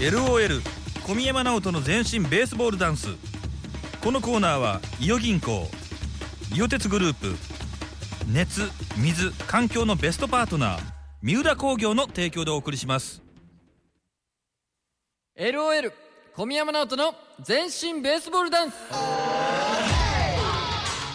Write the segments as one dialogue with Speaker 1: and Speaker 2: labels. Speaker 1: LOL 小宮山直人の全身ベースボールダンスこのコーナーは伊予銀行伊予鉄グループ熱水環境のベストパートナー三浦工業の提供でお送りします
Speaker 2: LOL 小宮山直人の全身ベースボールダンス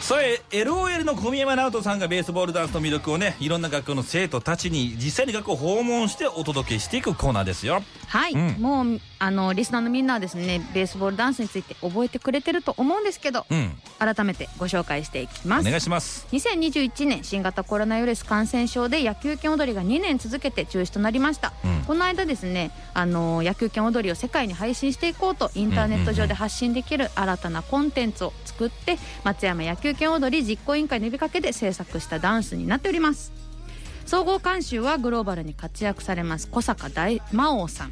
Speaker 1: それ LOL の小宮山直人さんがベースボールダンスの魅力をねいろんな学校の生徒たちに実際に学校を訪問してお届けしていくコーナーですよ
Speaker 3: はい、
Speaker 1: うん
Speaker 3: もうあのリスナーのみんなはですねベースボールダンスについて覚えてくれてると思うんですけど、
Speaker 1: うん
Speaker 3: 改めてご紹介していき
Speaker 1: お
Speaker 3: ます
Speaker 1: 願いします
Speaker 3: 2021年新型コロナウイルス感染症で野球拳踊りが2年続けて中止となりました、
Speaker 1: うん
Speaker 3: この間ですねあの野球拳踊りを世界に配信していこうとインターネット上で発信できる新たなコンテンツを作って松山野球拳踊り実行委員会の呼びかけで制作したダンスになっております総合監修はグローバルに活躍されます小坂大魔王さん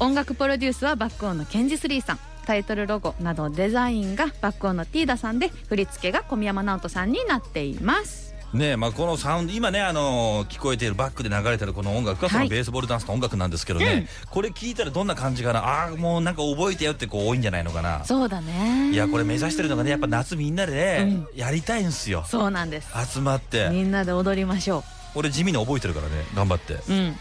Speaker 3: 音楽プロデュースはバックオンのケンジスリーさんタイトルロゴなどデザインがバックオンのティーダさんで振り付けが小宮山直人さんになっています
Speaker 1: ねえまあ、このサウンド今ねあのー聞こえているバックで流れてるこの音楽がそ
Speaker 3: は
Speaker 1: の
Speaker 3: い
Speaker 1: ベースボールダンスの音楽なんですけどね、これ聞いたらどんな感じかなああーもうなんか覚えてよって子多いんじゃないのかな
Speaker 3: そうだね
Speaker 1: いやこれ目指してるのがねやっぱ夏みんなでね、やりたいんすよ
Speaker 3: そうなんです
Speaker 1: 集まって
Speaker 3: みんなで踊りましょ
Speaker 1: 俺地味に覚えてるからね頑張って、
Speaker 3: ううん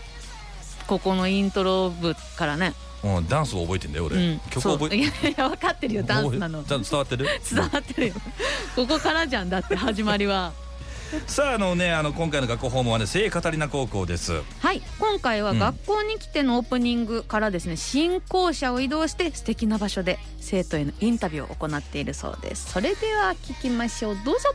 Speaker 3: ここのイントロ部からね、
Speaker 1: うん、ダンスを覚えてんだよ俺、
Speaker 3: うん、
Speaker 1: 曲
Speaker 3: そう
Speaker 1: 覚
Speaker 3: い
Speaker 1: え
Speaker 3: やいや分かってるよダンスなの
Speaker 1: ちゃんと伝わってる
Speaker 3: 伝わってるよここからじゃんだって始まりは
Speaker 1: さああのねあの今回の学校訪問はね聖カタリナ高校です
Speaker 3: はい今回は
Speaker 1: うん
Speaker 3: 学校に来てのオープニングからですね、新校舎を移動して素敵な場所で生徒へのインタビューを行っているそうですそれでは聞きましょうどうぞ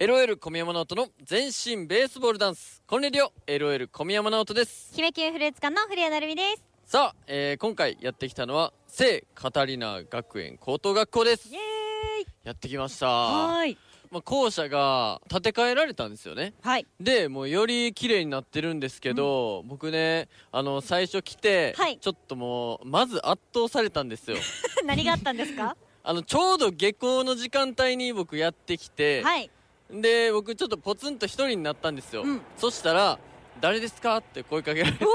Speaker 2: LOL 小宮山直人の全身ベースボールダンスコンレディオ LOL 小宮山直人です
Speaker 4: 姫級フルーツ館の古谷成美です
Speaker 2: さあ、えー今回やってきたのは聖カタリナ学園高等学校です
Speaker 4: イエーイ
Speaker 2: やってきました
Speaker 4: い
Speaker 2: まあ、校舎が建て替えられたんですよね
Speaker 4: はい
Speaker 2: でもうより綺麗になってるんですけど、僕ねあの最初来て、
Speaker 4: はい
Speaker 2: ちょっともうまず圧倒されたんですよ
Speaker 4: 何があったんですか
Speaker 2: あのちょうど下校の時間帯に僕やってきて、
Speaker 4: はい
Speaker 2: で僕ちょっとポツンと一人になったんですよ、
Speaker 4: うん
Speaker 2: そしたら「誰ですか?」って声かけられて
Speaker 4: おお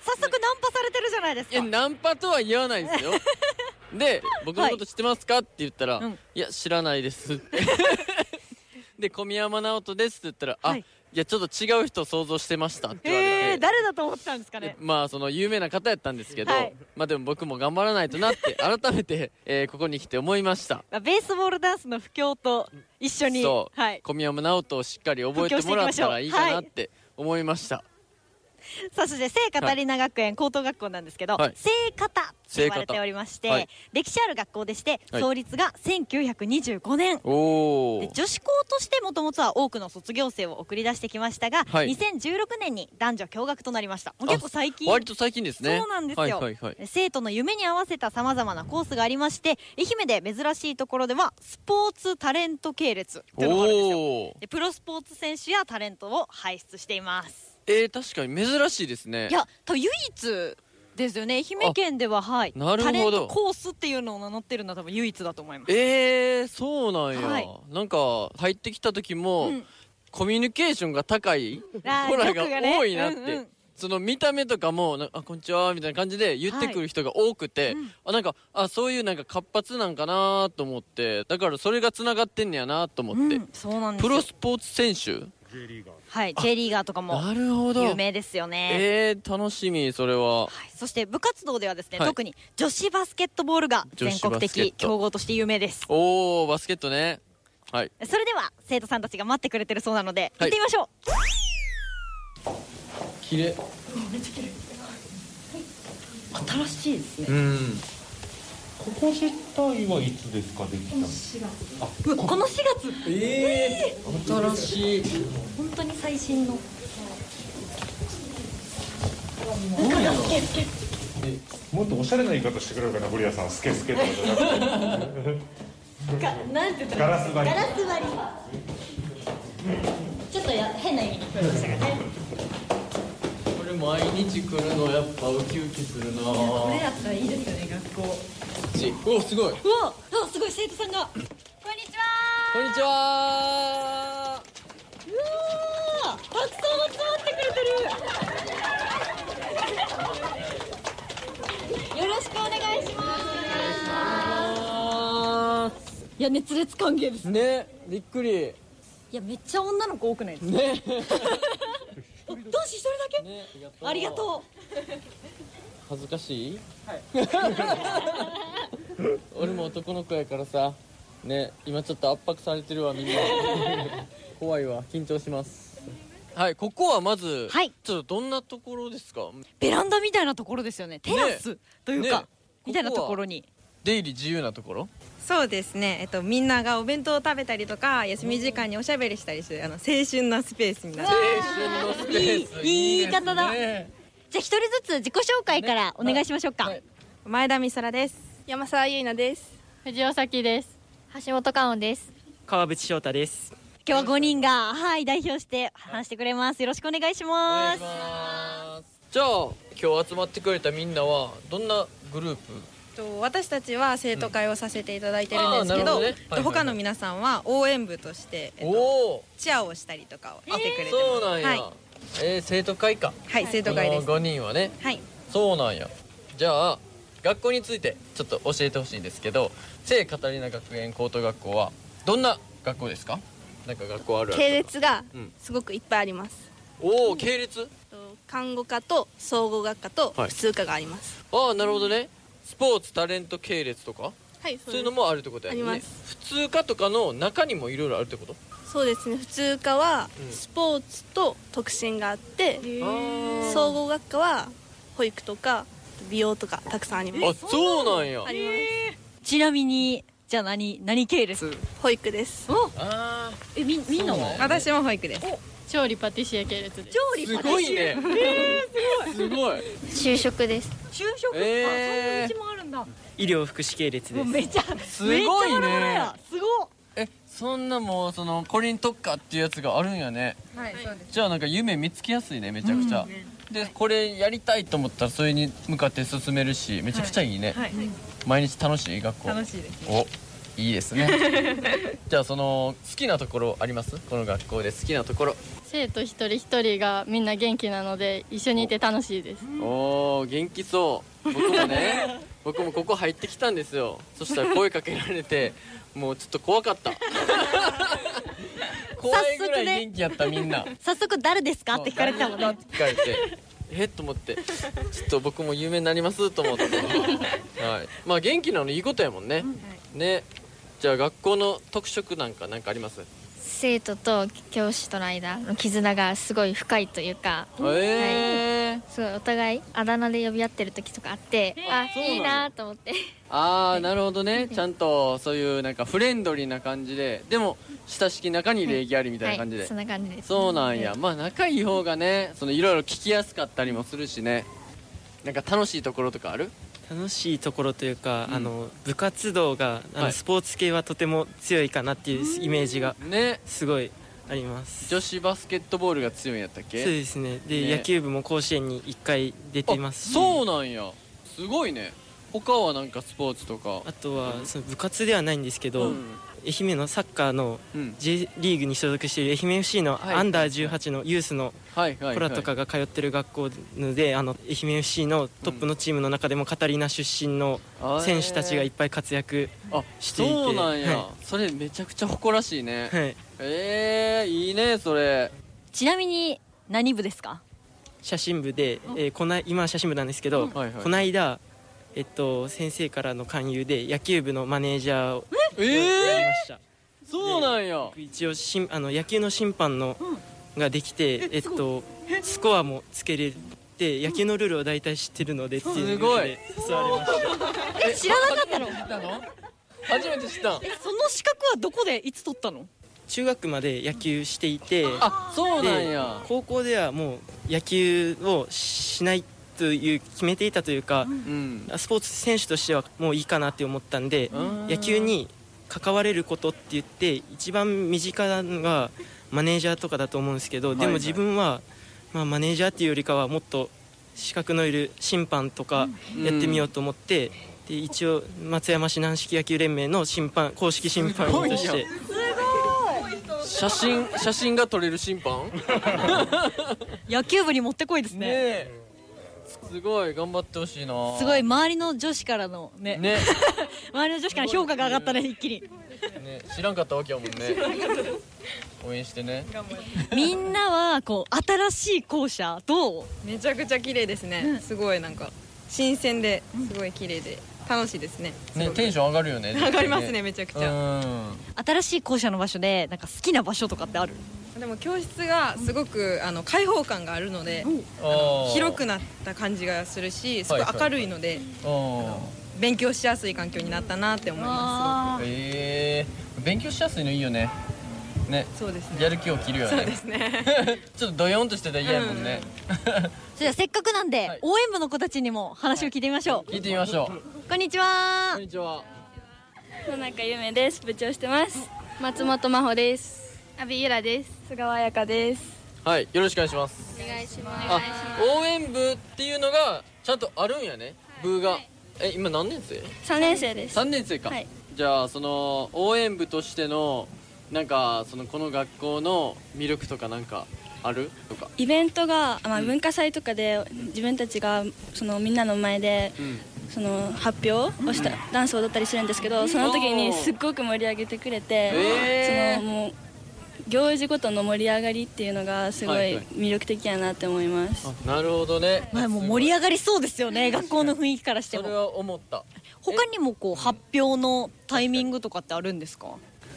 Speaker 4: 早速ナンパされてるじゃないです
Speaker 2: いや
Speaker 4: か
Speaker 2: ナンパとは言わないですよで「僕のこと知ってますか?」って言ったら「
Speaker 4: うん
Speaker 2: いや知らないです」ってで「小宮山直人です」って言ったら「
Speaker 4: は
Speaker 2: あ
Speaker 4: い
Speaker 2: いやちょっと違う人想像してました」って言われて、
Speaker 4: えー、誰だと思ったんですか
Speaker 2: で
Speaker 4: ね
Speaker 2: まあその有名な方やったんですけど、
Speaker 4: はい
Speaker 2: まあでも僕も頑張らないとなって改めて、えーここに来て思いました
Speaker 4: まあベースボールダンスの不況と一緒に
Speaker 2: そう、
Speaker 4: はい、
Speaker 2: 小宮山直人をしっかり覚えてもらったらいいかなって思いました、
Speaker 4: さあそして聖カタリナ学園高等学校なんですけど、
Speaker 2: はい
Speaker 4: 聖カタと呼ばれておりまして、
Speaker 2: 聖方はい
Speaker 4: 歴史ある学校でして
Speaker 2: はい
Speaker 4: 創立が1925年、
Speaker 2: おお
Speaker 4: で女子校としてもともとは多くの卒業生を送り出してきましたが、
Speaker 2: はい
Speaker 4: 2016年に男女共学となりましたもう結構最近
Speaker 2: 割と最近ですね
Speaker 4: そうなんですよ
Speaker 2: はいはいはい
Speaker 4: 生徒の夢に合わせたさまざまなコースがありまして愛媛で珍しいところではスポーツタレント系列というのがあるんですよ
Speaker 2: おお
Speaker 4: でプロスポーツ選手やタレントを輩出しています
Speaker 2: えー、確かに珍しいですね
Speaker 4: いやと唯一ですよね愛媛県でははい
Speaker 2: なるほど
Speaker 4: タレントコースっていうのを名乗ってるのは多分唯一だと思います
Speaker 2: えー、そうなんや、
Speaker 4: はい
Speaker 2: なんか入ってきた時も、
Speaker 4: うん
Speaker 2: コミュニケーションが高い
Speaker 4: あー
Speaker 2: 子らが
Speaker 4: 力がね
Speaker 2: 多いなって、
Speaker 4: うんうん
Speaker 2: その見た目とかもなあこんにちはみたいな感じで言ってくる人が多くて、
Speaker 4: うん
Speaker 2: あなんかあそういうなんか活発なんかなと思ってだからそれがつながってんねやなと思って、
Speaker 4: うん、そうなんです
Speaker 2: プ
Speaker 4: よ
Speaker 2: ロスポーツ選手
Speaker 4: はい J リーガーとかも
Speaker 2: なるほど
Speaker 4: 有名ですよね
Speaker 2: えー、楽しみそれは
Speaker 4: はいそして部活動ではですね、
Speaker 2: はい
Speaker 4: 特に女子バスケットボールが全
Speaker 2: 女子
Speaker 4: 国
Speaker 2: バスケッ
Speaker 4: 的
Speaker 2: ト
Speaker 4: 強豪として有名です
Speaker 2: おおバスケットねはい
Speaker 4: それでは生徒さんたちが待ってくれてるそうなので、
Speaker 2: はい
Speaker 4: 行ってみましょう
Speaker 2: 綺麗
Speaker 4: 新しいですね
Speaker 2: うん
Speaker 5: ここ自体はいつですかできたの
Speaker 4: この4月
Speaker 2: えー、新しい
Speaker 4: 本当に最新の
Speaker 5: もっとおしゃれな言い方してくれるかな堀谷さんスケスケとかじゃなくて
Speaker 4: かなんて言った
Speaker 5: ガラス張り
Speaker 4: ス張りちょっとや変な意味に聞こえましたかね
Speaker 2: これ毎日来るのやっぱウキウキするなこ
Speaker 4: だったらいいですよね学校
Speaker 2: おすごいう
Speaker 4: わあすごい生徒さんがこんにちは
Speaker 2: こんにちは
Speaker 4: うわーたくさん集まってくれてる
Speaker 6: や熱烈歓迎です
Speaker 2: ねびっくり
Speaker 6: いやめっちゃ女の子多くないです か
Speaker 2: ね
Speaker 6: 男子一人だけ、
Speaker 2: ね
Speaker 6: ありがと
Speaker 2: う恥ずかしい、 俺も男の子やからさね今ちょっと圧迫されてるわみんな怖いわ緊張しますはいここはまず、
Speaker 4: はい
Speaker 2: ちょっとどんなところですか
Speaker 4: ベランダみたいなところですよねテラスというか、
Speaker 2: ね
Speaker 4: みたいなところに
Speaker 2: 出入り自由なところ
Speaker 7: そうですね、えっと、みんながお弁当を食べたりとか休み時間におしゃべりしたりするあの青春なスペースになる
Speaker 2: 青春のスペース
Speaker 4: い
Speaker 2: で
Speaker 4: い
Speaker 2: すね
Speaker 4: 言い方だじゃあ一人ずつ自己紹介からお願いしましょうか、
Speaker 2: はい
Speaker 7: 前田美空です山沢ゆいなです
Speaker 6: 藤尾咲です橋本香音です
Speaker 8: 川淵翔太です
Speaker 4: 今日は5人がはい代表して話してくれますよろしくお願いし
Speaker 2: お願
Speaker 4: ま
Speaker 2: い
Speaker 4: す
Speaker 2: しますじゃあ今日集まってくれたみんなはどんなグループ
Speaker 7: えっと私たちは生徒会をさせていただいてるんですけ
Speaker 2: うんあーなるほ
Speaker 7: ど,、
Speaker 2: どね
Speaker 7: えっ
Speaker 2: はいはいは
Speaker 7: と
Speaker 2: い
Speaker 7: 他の皆さんは応援部として、えっと、
Speaker 2: おお
Speaker 7: チアをしたりとかをしてくれて
Speaker 2: そ
Speaker 7: ま
Speaker 2: う
Speaker 7: す、
Speaker 2: なんや、
Speaker 7: はい、
Speaker 2: えー生徒会か
Speaker 7: はい、生徒会です
Speaker 2: この5人はね
Speaker 7: はい
Speaker 2: そうなんやじゃあ学校についてちょっと教えてほしいんですけど聖カタリナ学園高等学校はどんな学校ですかなんか学校あるある
Speaker 9: 系列が
Speaker 2: うん
Speaker 9: すごくいっぱいあります、
Speaker 2: おお系列
Speaker 9: と看護科と総合学科と
Speaker 2: はい
Speaker 9: 普通科があります
Speaker 2: ああなるほどねスポーツタレント系列とか
Speaker 9: はい
Speaker 2: そういうのもあるってことやね
Speaker 9: あります
Speaker 2: 普通科とかの中にもいろいろあるってこと
Speaker 9: そうですね普通科は
Speaker 2: うん
Speaker 9: スポーツと特進があっ
Speaker 2: あ
Speaker 9: て、
Speaker 2: ー
Speaker 9: 総合学科は保育とか美容とかたくさんありま
Speaker 2: あ
Speaker 9: す
Speaker 2: そうなんや
Speaker 9: あります、
Speaker 4: ちなみにじゃあ何何系列
Speaker 9: 保育です
Speaker 2: あ
Speaker 3: えみみんなは
Speaker 7: 私も保育です
Speaker 6: 調理パティシエ系列です
Speaker 2: ーすごいねすごい
Speaker 6: 就職です
Speaker 4: 就職
Speaker 2: えー
Speaker 4: もあるんだ
Speaker 8: 医療福祉系列です
Speaker 4: めちゃ
Speaker 2: すごい
Speaker 4: めっちゃバラバラ
Speaker 2: ね
Speaker 4: やすごっ
Speaker 2: えそんなもうそのこれに特化っていうやつがあるんやね
Speaker 7: はいそうです
Speaker 2: じゃあなんか夢見つけやすいねめちゃくちゃ、でこれやりたいと思ったらそれに向かって進めるしめちゃくちゃいいね、
Speaker 7: はい、
Speaker 2: 毎日楽しい学校
Speaker 7: 楽しいです
Speaker 2: おいいですね じゃあその好きなところありますこの学校で好きなところ
Speaker 10: 生徒一人一人がみんな元気なので一緒にいて楽しいです
Speaker 2: おお元気そう僕も ね僕もここ入ってきたんですよそしたら声かけられてもうちょっと怖か った怖いぐらい元気やったみんな
Speaker 4: 早速誰ですかって聞かれてたもんね
Speaker 2: 聞かれてえっと思ってちょっと僕も有名になりますと思ってはいまあ元気なのいいことやもんね、ねじゃあ学校の特色なんかなんかあります
Speaker 10: 生徒と教師との間の絆がすごい深いというか
Speaker 2: えー、
Speaker 10: すごいお互いあだ名で呼び合ってる時とかあってあ
Speaker 2: そうなんや
Speaker 10: いいなと思って
Speaker 2: ああなるほどねちゃんとそういうなんかフレンドリーな感じででも親しき中に礼儀ありみたいな感じで、
Speaker 10: はい、そんな感じです
Speaker 2: そうなんやまあ仲いい方がねそのいろいろ聞きやすかったりもするしねなんか楽しいところとかある
Speaker 8: 楽しいところというか、
Speaker 2: うん
Speaker 8: あの部活動があの、
Speaker 2: はい
Speaker 8: スポーツ系はとても強いかなっていうイメージが
Speaker 2: ね
Speaker 8: すごいあります
Speaker 2: 女子バスケットボールが強いんやったっけ
Speaker 8: そうですねで
Speaker 2: ね
Speaker 8: 野球部も甲子園に1回出ています
Speaker 2: あ
Speaker 8: し
Speaker 2: そうなんやすごいね他はなんかスポーツとか
Speaker 8: あとはその部活ではないんですけど、
Speaker 2: うん
Speaker 8: 愛媛のサッカーの
Speaker 2: うん
Speaker 8: J リーグに所属している愛媛 FC の
Speaker 2: はい
Speaker 8: アンダー18のユースの
Speaker 2: はいはい、はい、
Speaker 8: 子らとかが通ってる学校のであの愛媛 FC のトップのチームの中でもカタリナ出身の選手たちがいっぱい活躍、
Speaker 2: あ
Speaker 8: していて
Speaker 2: そうなんや、
Speaker 8: は
Speaker 2: それめちゃくちゃ誇らしいね、
Speaker 8: はい、
Speaker 2: ええー、いいねそれ
Speaker 4: ちなみに何部ですか
Speaker 8: 写真部で、えーこない今は写真部なんですけど、
Speaker 2: はいはい
Speaker 8: この間、えっと、先生からの勧誘で野球部のマネージャーを
Speaker 2: え
Speaker 8: やり
Speaker 2: え
Speaker 8: ました、
Speaker 2: ー、そうなんや
Speaker 8: 僕一応しんあの野球の審判の、ができて、えっと、スコアもつけれて野球のルールを大体知ってるのでっていうので誘われました
Speaker 4: え知らなかったの
Speaker 2: 知ったの初めて知ったん
Speaker 4: えその資格はどこでいつ取ったの
Speaker 8: 中学まで野球していて
Speaker 2: あそうなん
Speaker 8: で
Speaker 2: や
Speaker 8: 高校ではもう野球をしないという決めていたというか、
Speaker 2: うん
Speaker 8: スポーツ選手としてはもういいかなって思ったんで、
Speaker 2: うん
Speaker 8: 野球に関われることって言って一番身近なのがマネージャーとかだと思うんですけど、
Speaker 2: はい
Speaker 8: で
Speaker 2: は
Speaker 8: も
Speaker 2: い
Speaker 8: 自分は、まあ、マネージャーっていうよりかはもっと資格のいる審判とかやってみようと思って、で一応松山市軟式野球連盟の審判公式審判員とし
Speaker 2: すごい
Speaker 8: て
Speaker 2: や写真写真が撮れる 審判
Speaker 4: 野球部に持ってこいですね
Speaker 2: ねえすごい頑張ってほしいな
Speaker 4: すごい周りの女子からのね
Speaker 2: ね
Speaker 4: 周りの女子から評価が上がったね一気に
Speaker 2: ね、知らんかったわけやもんね
Speaker 4: 知らんかっ
Speaker 2: 応援してね
Speaker 4: みんなはこう新しい校舎どう
Speaker 7: めちゃくちゃ綺麗ですね、すごいなんか新鮮ですごい綺麗で楽しいですね
Speaker 2: ねテンション上がるよね
Speaker 7: 上がりますねめちゃくちゃ
Speaker 2: ゃ
Speaker 4: 新しい校舎の場所でなんか好きな場所とかってある
Speaker 7: でも教室がすごくあの開放感があるので広くなった感じがするしすごい明るいので勉強しやすい環境になったなって思いますすごく
Speaker 2: えー、勉強しやすいのいいよねね
Speaker 7: そうです
Speaker 2: やる気を切るよね
Speaker 7: そうですね
Speaker 2: ちょっとドヨンとしてたら嫌やもんね、
Speaker 4: それではせっかくなんで、応援部の子たちにも話を聞いてみましょう、
Speaker 2: 聞いてみましょう
Speaker 4: こんにちは
Speaker 2: こんにちは
Speaker 9: 野中ゆめです部長してます
Speaker 10: 松本真帆です阿部ゆらです
Speaker 9: 菅川彩香です
Speaker 2: はいよろしくお願いします
Speaker 10: お願いし
Speaker 2: あ応援部っていうのがちゃんとあるんやね部が、え今何年生
Speaker 9: 3年生です
Speaker 2: 3年生か、
Speaker 9: はい
Speaker 2: じゃあその応援部としてのなんかそのこの学校の魅力とかなんかあるとか
Speaker 9: イベントが、まあ、
Speaker 2: うん
Speaker 9: 文化祭とかで自分たちがそのみんなの前で
Speaker 2: うん
Speaker 9: その発表をした、ダンスを踊ったりするんですけどその時にすっごく盛り上げてくれて、
Speaker 2: へー
Speaker 9: そのもう行事ごとの盛り上がりっていうのがすごい
Speaker 2: はいはい
Speaker 9: 魅力的やなって思います、
Speaker 2: なるほどね
Speaker 4: まあもう盛り上がりそうですよね学校の雰囲気からしてもそれ
Speaker 2: は思った
Speaker 4: 他にもこう発表のタイミングとかってあるんですか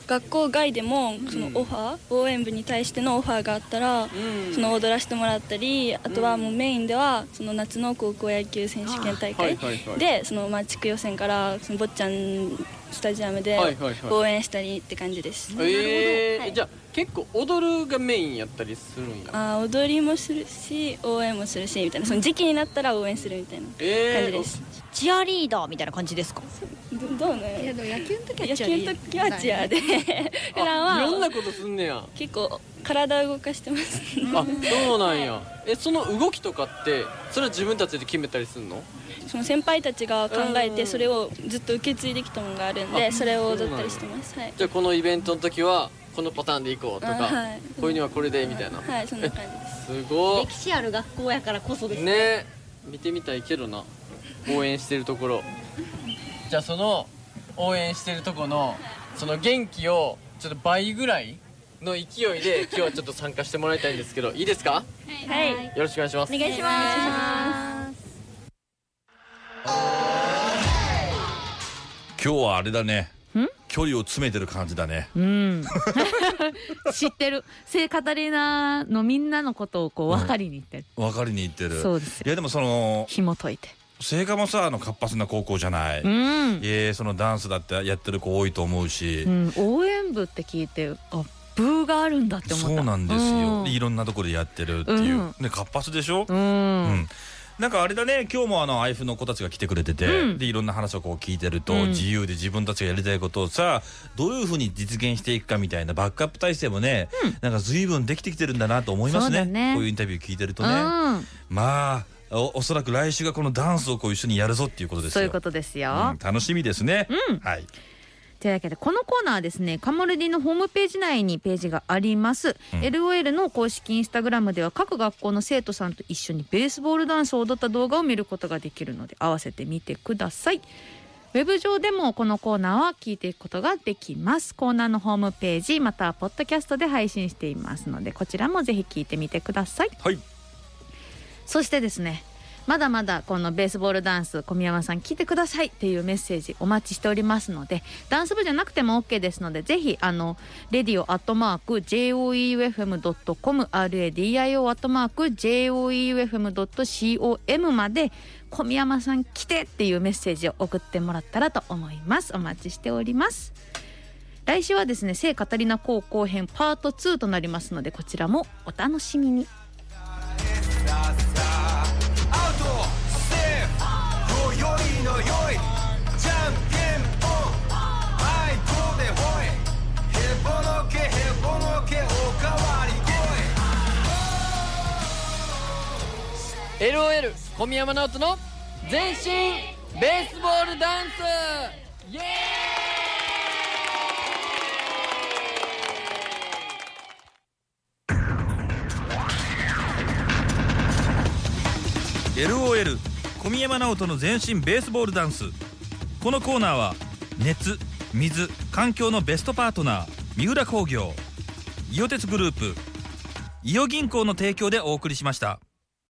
Speaker 9: 学校外でもそのオファー、応援部に対してのオファーがあったら、その踊らせてもらったりあとはもうメインではその夏の高校野球選手権大
Speaker 2: は
Speaker 9: 会
Speaker 2: いはいはい
Speaker 9: でそのまあ地区予選からその坊ちゃんスタジアムで
Speaker 2: はいはいはい
Speaker 9: 応援したりって感じです。
Speaker 2: えー
Speaker 9: はい
Speaker 2: じゃあ結構踊るがメインやったりするんや
Speaker 9: あー踊りもするし応援もするしみたいなその時期になったら応援するみたいな感じ
Speaker 2: えー
Speaker 9: です、
Speaker 4: チアリーダーみたいな感じですか
Speaker 9: どどうなんやろ
Speaker 10: 野球の
Speaker 9: 野球の時はチアで普段
Speaker 2: あいろんな
Speaker 9: は
Speaker 2: ことすんねや
Speaker 9: 結構体を動かしてます
Speaker 2: あそうなんやえその動きとかってそれは自分たちで決めたりすんの
Speaker 9: その先輩たちが考えてそれをずっと受け継いできたものがあるんで
Speaker 2: あ
Speaker 9: それを踊ったりしてますはい
Speaker 2: じゃあこのイベントの時はこのパターンでいこうとか、
Speaker 9: あはい
Speaker 2: こういうのはこれでみたいな、
Speaker 9: はいそんな感
Speaker 2: すご
Speaker 4: 歴史ある学校やからこそで
Speaker 2: い
Speaker 4: す
Speaker 2: ね見てみたいけどな応援してるところじゃあその応援してるとこのその元気をちょっと倍ぐらいの勢いで今日はちょっと参加してもらいたいんですけどいいですか
Speaker 9: じはい
Speaker 2: よろしくお願いします
Speaker 9: お願いします
Speaker 1: 今日はあれだね距離を詰めてる感じだね
Speaker 3: うん知ってる聖カタリナのみんなのことをこう分かりに行ってる、
Speaker 1: 分かりにいってる
Speaker 3: そうです
Speaker 1: いやでもその
Speaker 3: 紐解いて
Speaker 1: 聖火もさあの活発な高校じゃない、
Speaker 3: うん
Speaker 1: えーそのダンスだってやってる子多いと思うし、
Speaker 3: うん、応援部って聞いてあブーがあるんだって思った
Speaker 1: そうなんですよ、
Speaker 3: うん
Speaker 1: でいろんなところでやってるっていう、
Speaker 3: うん
Speaker 1: で活発でしょ、
Speaker 3: う
Speaker 1: うんんなんかあれだね今日もあの IF の子たちが来てくれてて、
Speaker 3: うん
Speaker 1: でいろんな話をこう聞いてると、
Speaker 3: うん
Speaker 1: 自由で自分たちがやりたいことをさどういうふうに実現していくかみたいなバックアップ体制もね、なんか随分できてきてるんだなと思います
Speaker 3: そう
Speaker 1: ね
Speaker 3: だね
Speaker 1: こういうインタビュー聞いてるとね、
Speaker 3: う
Speaker 1: まあおおそらく来週がこのダンスをこう一緒にやるぞっていうこと
Speaker 3: ん
Speaker 1: です
Speaker 3: そう
Speaker 1: よ
Speaker 3: いうことですよ、
Speaker 1: うん楽しみですね、はい
Speaker 3: というわけでこのコーナーはですねカモルディのホームページ内にページがあります、LOL の公式インスタグラムでは各学校の生徒さんと一緒にベースボールダンスを踊った動画を見ることができるので合わせてみてくださいウェブ上でもこのコーナーは聞いていくことができますコーナーのホームページまたはポッドキャストで配信していますのでこちらもぜひ聞いてみてください
Speaker 1: はい
Speaker 3: そしてですねまだまだこのベースボールダンス小宮山さん来てくださいっていうメッセージお待ちしておりますのでダンス部じゃなくても OK ですのでぜひあの「radio.joeufm.com」「radio.joeufm.com」まで小宮山さん来てっていうメッセージを送ってもらったらと思いますお待ちしております来週はですね聖カタリナ高校編パート2となりますのでこちらもお楽しみに
Speaker 11: アウトセーフよよいのよいじゃんけんぽんはいこうでほいへぼのけへぼのけおかわりこい
Speaker 2: LOL 小宮山直人の全身ベースボールダンスイエーイ
Speaker 1: 「LOL 小宮山直人の全身ベースボールダンス」このコーナーは熱水環境のベストパートナー三浦工業伊予鉄グループ伊予銀行の提供でお送りしました。